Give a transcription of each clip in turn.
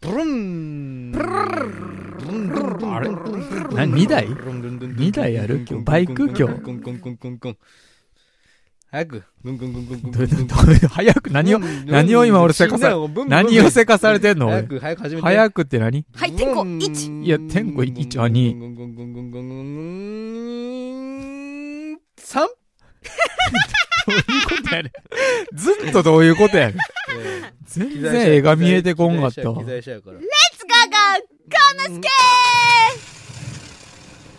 ブルンブルンブルンブルンあれブルンブルンな2台ブルンブルンブルン二台やる今日バイク今日コンコンコンコンコン早くブンブンブンブンブンどブうンブンどう早く何を、何を今俺せかさブンブンブン何をせかされてんの早俺く早く始めて早くって何はい、天候1。いや天候一あ二三どういうことやねん。ずっとどういうことやねん。全然絵が見えてこんかったわ。機材車やからレッツゴーゴーこのす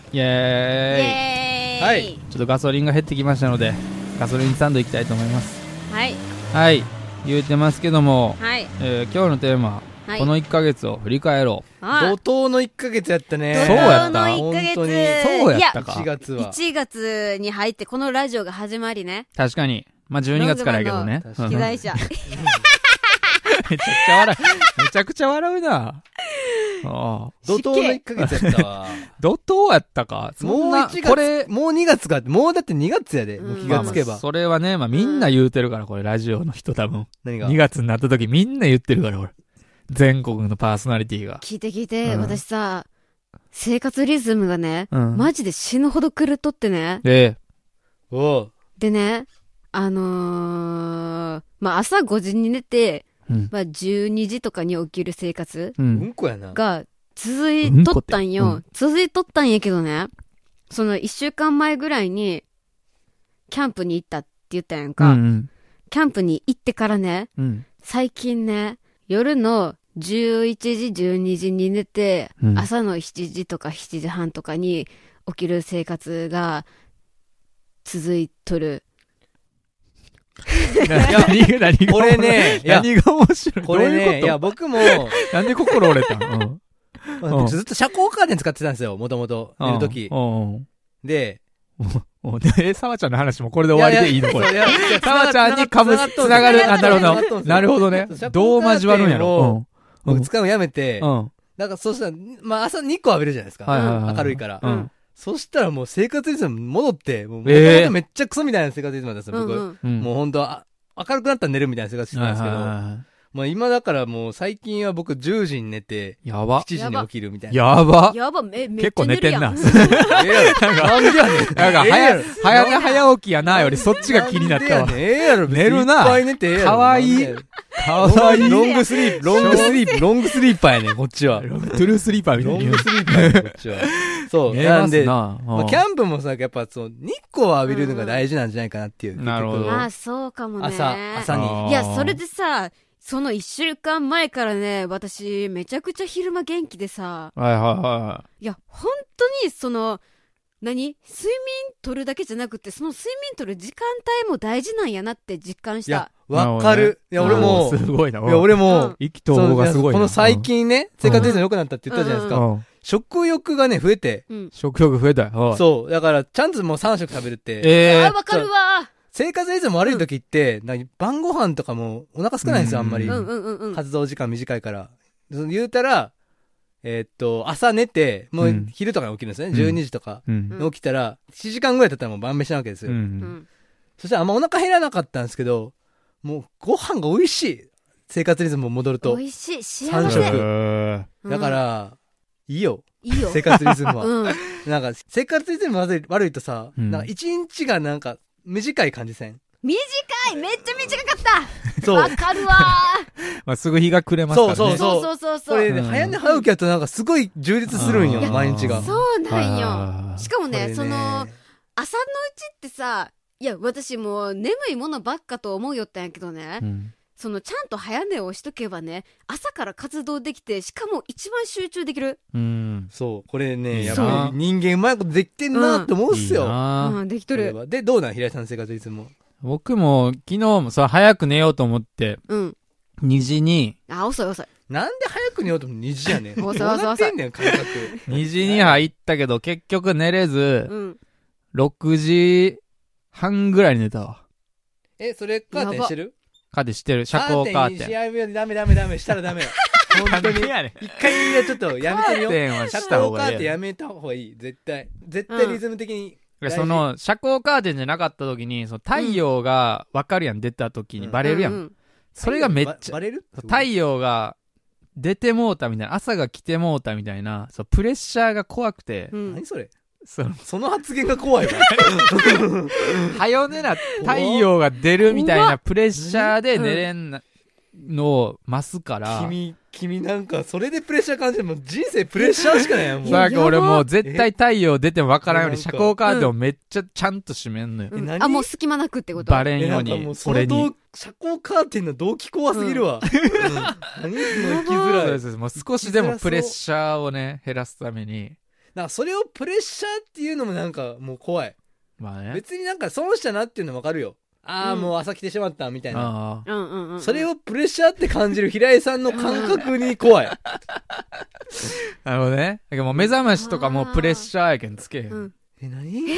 けイエーーイイエーイはいちょっとガソリンが減ってきましたので、ガソリンスタンド行きたいと思います。はい。はい。言うてますけども、はい。えー今日のテーマ、はい。この1ヶ月を振り返ろああ怒涛の一ヶ月やったねそうやったこの1ヶ本当に月。そうやったいか1月は1月に入って、このラジオが始まりね。う。確かに。まあ、12月からやけどね。ロングマうンん機の 材車。めちゃくちゃ笑う。めちゃくちゃ笑う な。ああ。怒涛の一ヶ月やったわ怒涛やったか。 そもんう1な月これ、もう2月かもうだって2月やでうんもう気がつけまあまあばそれはね、まあみんな言うてるから、これラジオの人多分。何が2月になった時みんな言ってるから、俺。全国のパーソナリティが。聞いて聞いて、うん私さ、生活リズムがね、うん。マジで死ぬほど狂っとってね。で、おうでね、あのー、まあ、朝5時に寝て、うん。まあ、12時とかに起きる生活う。うんんこやなが続いとったんよ。うんこっ続いとったんやけどね、その1週間前ぐらいに、キャンプに行ったって言ったやんうんか。うん。キャンプに行ってからね、うん。最近ね、夜の11時、12時に寝て、うん朝の7時とか7時半とかに起きる生活が続いとる。何が、何が、これねいや何が面白い。これねいどういやうこ僕もとなんで心折れた んうん。うんずっと遮光カーテン使ってたんですよもともと寝るときうんうん。でうんで、え、沢ちゃんの話もこれで終わりでいいのこれ。ややや沢ちゃんにかぶす、つながる。あ、なるほど。なるほどね。どう交わるんやろ。うん。うん。使うのやめてうん。はなんかそうしたらまあ朝日光浴びるじゃないですいはいかは明るいからうん。そしたらもう生活リズム戻ってもうええ元々めっちゃクソみたいな生活リズムなんですようんう僕ん。うん。もう本当は明るくなったら寝るみたいな生活してたんですけはいはいどはいはいまあ今だからもう最近は僕10時に寝てやば7。時に起きるみたいなやば。やば、め、めっ結ちゃ構寝寝るてやんん。な。 ええやろなんでやねんなんかええや早ろい、早寝早起きやなよりそっちが気になったわん。でやねんええやろ、別に寝るないっぱい寝てええやろ。かわいいなんでやねんかわいい。ロングスリープ、ロングスリープ、ロングスリーパーやねん、こっちは。ロトゥルースリーパーみたいンに言。グスリーパーやねん、こっちは。そうう。寝なまんすで、まな。あ、キャンプもさ、やっぱそう、日光を浴びるのが大事なんじゃないかなっていう。うんなるほど結ああ、そうかも局ね。朝、朝に。いや、それ。でさ、その一週間前からね、私、めちゃくちゃ昼間元気でさ、はいはいはいや、本当に、その、何睡眠取るだけじゃなくて、その睡眠取る時間帯も大事なんやなって実感しいやた。、い。わかる。いなや、ほど俺ねもおー、すごいな。いや、俺も、意気投合がすそごういこな。の最近ね、生活リズム良くなったって言ったじゃないですうん、か。うん食欲がね、増えて。うん。食欲増えたよ。うんそう。だから、ちゃんともう3食食べるって。えあ、わかるわ生活リズム悪い時って、なんか晩ご飯とかもお腹少ないんですよ、あんまりうう。んうんうんうん。活動時間短いから。その言うたら、えーっと、朝寝て、もううん昼とかに起きるんですね。うん12時とか。え。う。うんん起きたら、7時間ぐらい経ったらもう晩飯なわけですう。よ。うんん。そしたらあんまお腹減らなかったんですけど、もうご飯が美味しい。生活リズムも戻る美と。味しい。う幸ん三せ。う食えんだか、ら、いいよ。いいよ。生活リズムは。 うん。なんか、生活リズム悪い悪いとさ、うんなんか一日がなんか短い感じせん。短いめっちゃ短かっそたうわ。かるわーまあ、すぐ日が暮れますからね。そうそうそうそうこそう。れうね、ん早寝早起きやとなんかすごい充実するんいよ、や毎日が。そうはないんはいよ。はいしかもこれね、その、朝のうちってさ、いや、私もう眠いものばっかと思うよったんやけどね、うんそのちゃんと早寝をしとけばね、朝から活動できて、しかも一番集中できる。うん。そう、これね、いいやなっぱり人間うまいことできてんなって思うっすよ。いいなうん、できことれる。はで、どうなん平井さんの生活いつも。僕も昨日もさ、早く寝ようと思って、うん。 2時に、あ、遅い遅い。なんで早く寝ようとも2時 やねん。そうそどうそうそうなってんねん、感覚。 2時に入ったけど、結局寝れず、うん。 6時半ぐらいに寝たわ。え、それカーテンしてるカーテンしてる。遮光カーテン。ン。にしダメダメダメ、したらダメ。本当に。 やねん。一回みんなちょっとやめてみカーよう。テンは遮した方光カがいーいテンややめた方がいい。絶対。絶対リズム的に。ろ。その、遮光カーテンじゃなかった時に、その太陽がわかるやん、出た時にうんバレるやん。うんそれがめっちバゃ、レる太陽が出てもうたみたいな、朝が来てもうたみたいな、そう、プレッシャーが怖くて、うん何それその、その発言が怖い わ。はよねな太陽が出るみたい怖なプレッシャーで寝れんなのを増すから、君、君なんか、それでプレッシャー感じて、もう人生プレッシャーしかないやん、も。そううえなんか俺もう絶対太陽出てもわからんようえに遮光カーテンをめっちゃちゃんと閉めんのよ。えうん何あもう隙間なくってことバレんよなうんかもにう、その俺に動。遮光カーテンの動機怖すぎるわ。うん何その生きそうづらでい。すもう少しでもプレッシャーをね、減らすために。なんかそれをプレッシャーっていうのもなんかもう怖い。まあね。別になんか損したなっていうのわかるよ。ああ、うんもう朝来てしまったみたいな。ああうんうんうんそれをプレッシャーって感じる平井さんの感覚に怖い。なるほどね。だからもう目覚ましとかもうプレッシャーやけんつけへん。うんえ、何え、何意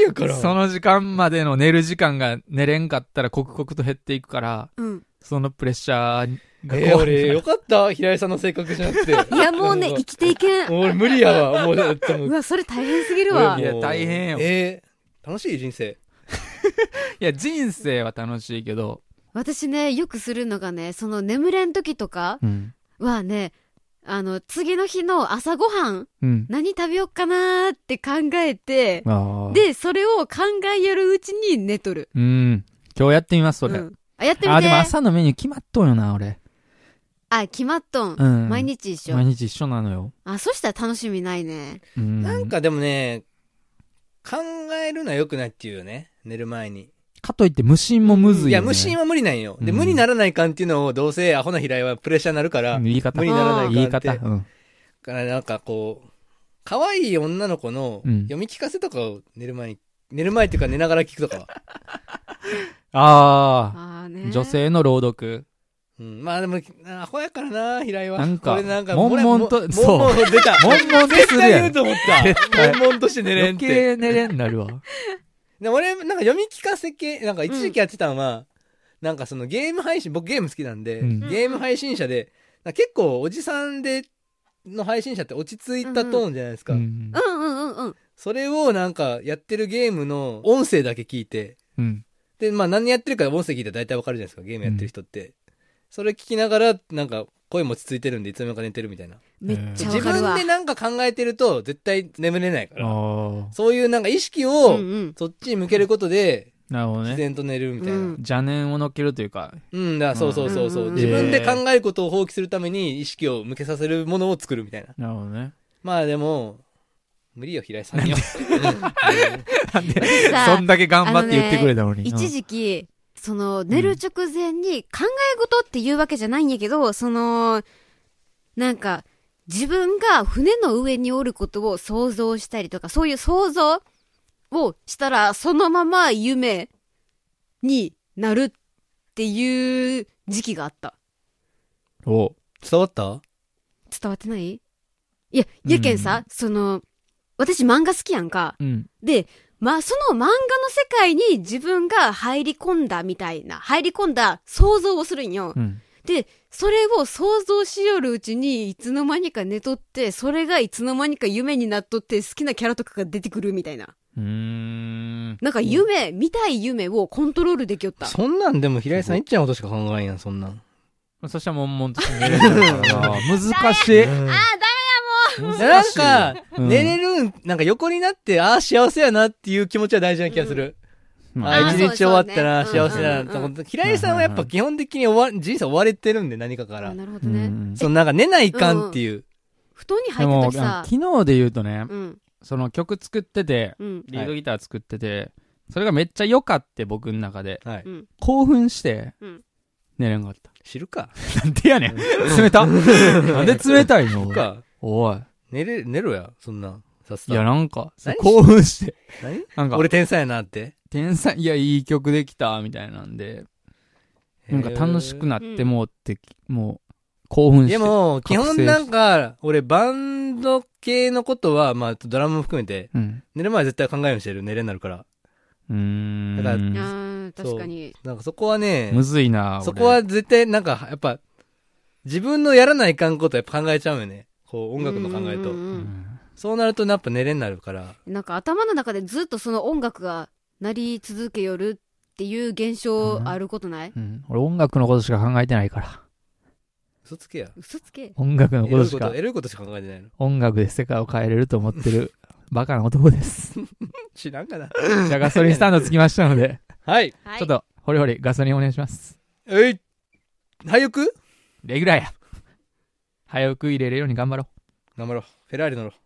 味わからん。その時間までの寝る時間が寝れんかったら刻々と減っていくから、うんそのプレッシャーがえー、怖い俺、よかった平井さんの性格じゃなくて。いやもうねなんか生きていけんもう俺無理やわ。もう、でもうわそれ大変すぎるわいや大変よえー、楽しい人生。いや、人生は楽しいけど、私ねよくするのがねその眠れん時とかうん。はねあの次の日の朝ごはんうん。何食べよっかなーって考えてああ。、でそれを考えよるうちに寝とるうん。今日やってみます、それ。うんあやってみてあ、でも朝のメニュー決まっとんよな、俺。あ決まっとん、うん。毎日一緒毎日一緒なのよ。あそしたら楽しみないねうん。なん、かでもね、考えるのは良くないっていうよね。寝る前に。かといって無心もむずいよ、ね。いや、無心は無理なんよ。で、うん無にならないかんっていうのを、どうせアホな平井はプレッシャーになるから、うんだ言い方。無理ならないかんって言い方。うん。からなんかこう、可愛い女の子のうん読み聞かせとかを寝る前に、寝る前っていうか寝ながら聞くとかは。ああーあ、ね女性の朗読。うん、まあでも、アホやからな、平井は。なんか俺なんか、悶々とそう。もんもん出た。 悶々とす絶るやん対言うと思った。悶々として寝れん余って。計寝れんなるわ。で俺、なんか読み聞かせ系、なんか一時期やってたのは、なんかそのゲーム配信、僕ゲーム好きなんで、うんゲーム配信者で、なんか結構おじさんで、の配信者って落ち着いたトーンじゃないですか。うんう。んうんうんうんそれをなんかやってるゲームの音声だけ聞いて、うん。で、まあ何やってるか音声聞いたら大体わかるじゃないですか、ゲームやってる人って。それ聞きながら、なんか声も落ち着いてるんで、いつの間にか寝てるみたいな。めっちゃ自わかる分わでなんか考えてると、絶対眠れないから。ああ。そういうなんか意識うんを、うんそっちに向けることで、なるほど自ね。然と寝るみたいな。ううんん、邪念をのっけるというだか。からそうそうそうそうう。ん自分で考えることを放棄するために、意識を向けさせるものを作るみたいな。なるほどね。まあでも、無理よ、平井さんには。なんで、さそんだけ頑張って言ってくれたのに。一時期その寝る直前に考え事っていうわけじゃないんやけどそのなんか自分が船の上におることを想像したりとかそういう想像をしたらそのまま夢になるっていう時期があったうんお伝わった伝わってないいややけんさ、その私漫画好きやんかうん。で、まあ、その漫画の世界に自分が入り込んだみたいな、入り込んだ想像をするんよ。うん。で、それを想像しよるうちに、いつの間にか寝とって、それがいつの間にか夢になっとって、好きなキャラとかが出てくるみたいな。うーん。なんか夢、見たい夢をコントロールできよった。そんなんでも平井さんいっちゃうことしか考えんやん、そんなん。そしたら悶々として寝れちゃうからな難しい。うんいや難なんしいか、うん寝れるん、なんか横になって、ああ、幸せやなっていう気持ちは大事な気がする。まああ、あ一ー日終わったな、そうそう幸ねせだなとうんうんう思んって。平井さんはやっぱ基本的に終わ人生追われてるんで、何かかあら。なるほどね。うんそのなんか寝ないかんっていう。布団にで入ったも、時さ昨、日で言うとね、うん、その曲作ってて、うん、リードギター作ってて、それがめっちゃ良かって、僕の中で。はい。うん。興奮してうん、寝れんかった。 知るか。なんでやねん。冷たなんで冷たいの知るか。おい。寝れ、寝ろや、そんなん。さすいや、が。なんか何、興奮して、何なんか、俺天才やなって。天才、いや、いい曲できた、みたいなんで、なんか楽しくななってもうって、もう、興奮して。でも、基覚醒し本なんか、俺バンド系のことは、まあドラムも含めて、うん。寝る前は絶対考えるようにしてる。寝れになるから。うーん。だからあー確かに。なんかそこはね、むずいなそこは、絶対なんかやっぱ自分のやらないかんことやっぱ考えちゃうよねこう音楽の考えうんうんと俺うんそうなるとやっぱ寝れになるからなんか頭の中でずっとその音楽が鳴り続けよるっていう現象あることない、うん。俺音楽のことしか考えてないから。嘘つけや。嘘つけ。音楽のエこロといしこかと、エロいことしか考えてないの。音楽で世界を変えれると思っ てるバカな男です。知らんかな。じゃあガソリンスタンド着きましたので、はい。はい。ちょっと、ホリホリガソリンお願いします。えい。早くレギュラーや。早く入れるように頑張ろう。頑張ろう。フェラーリ乗ろう。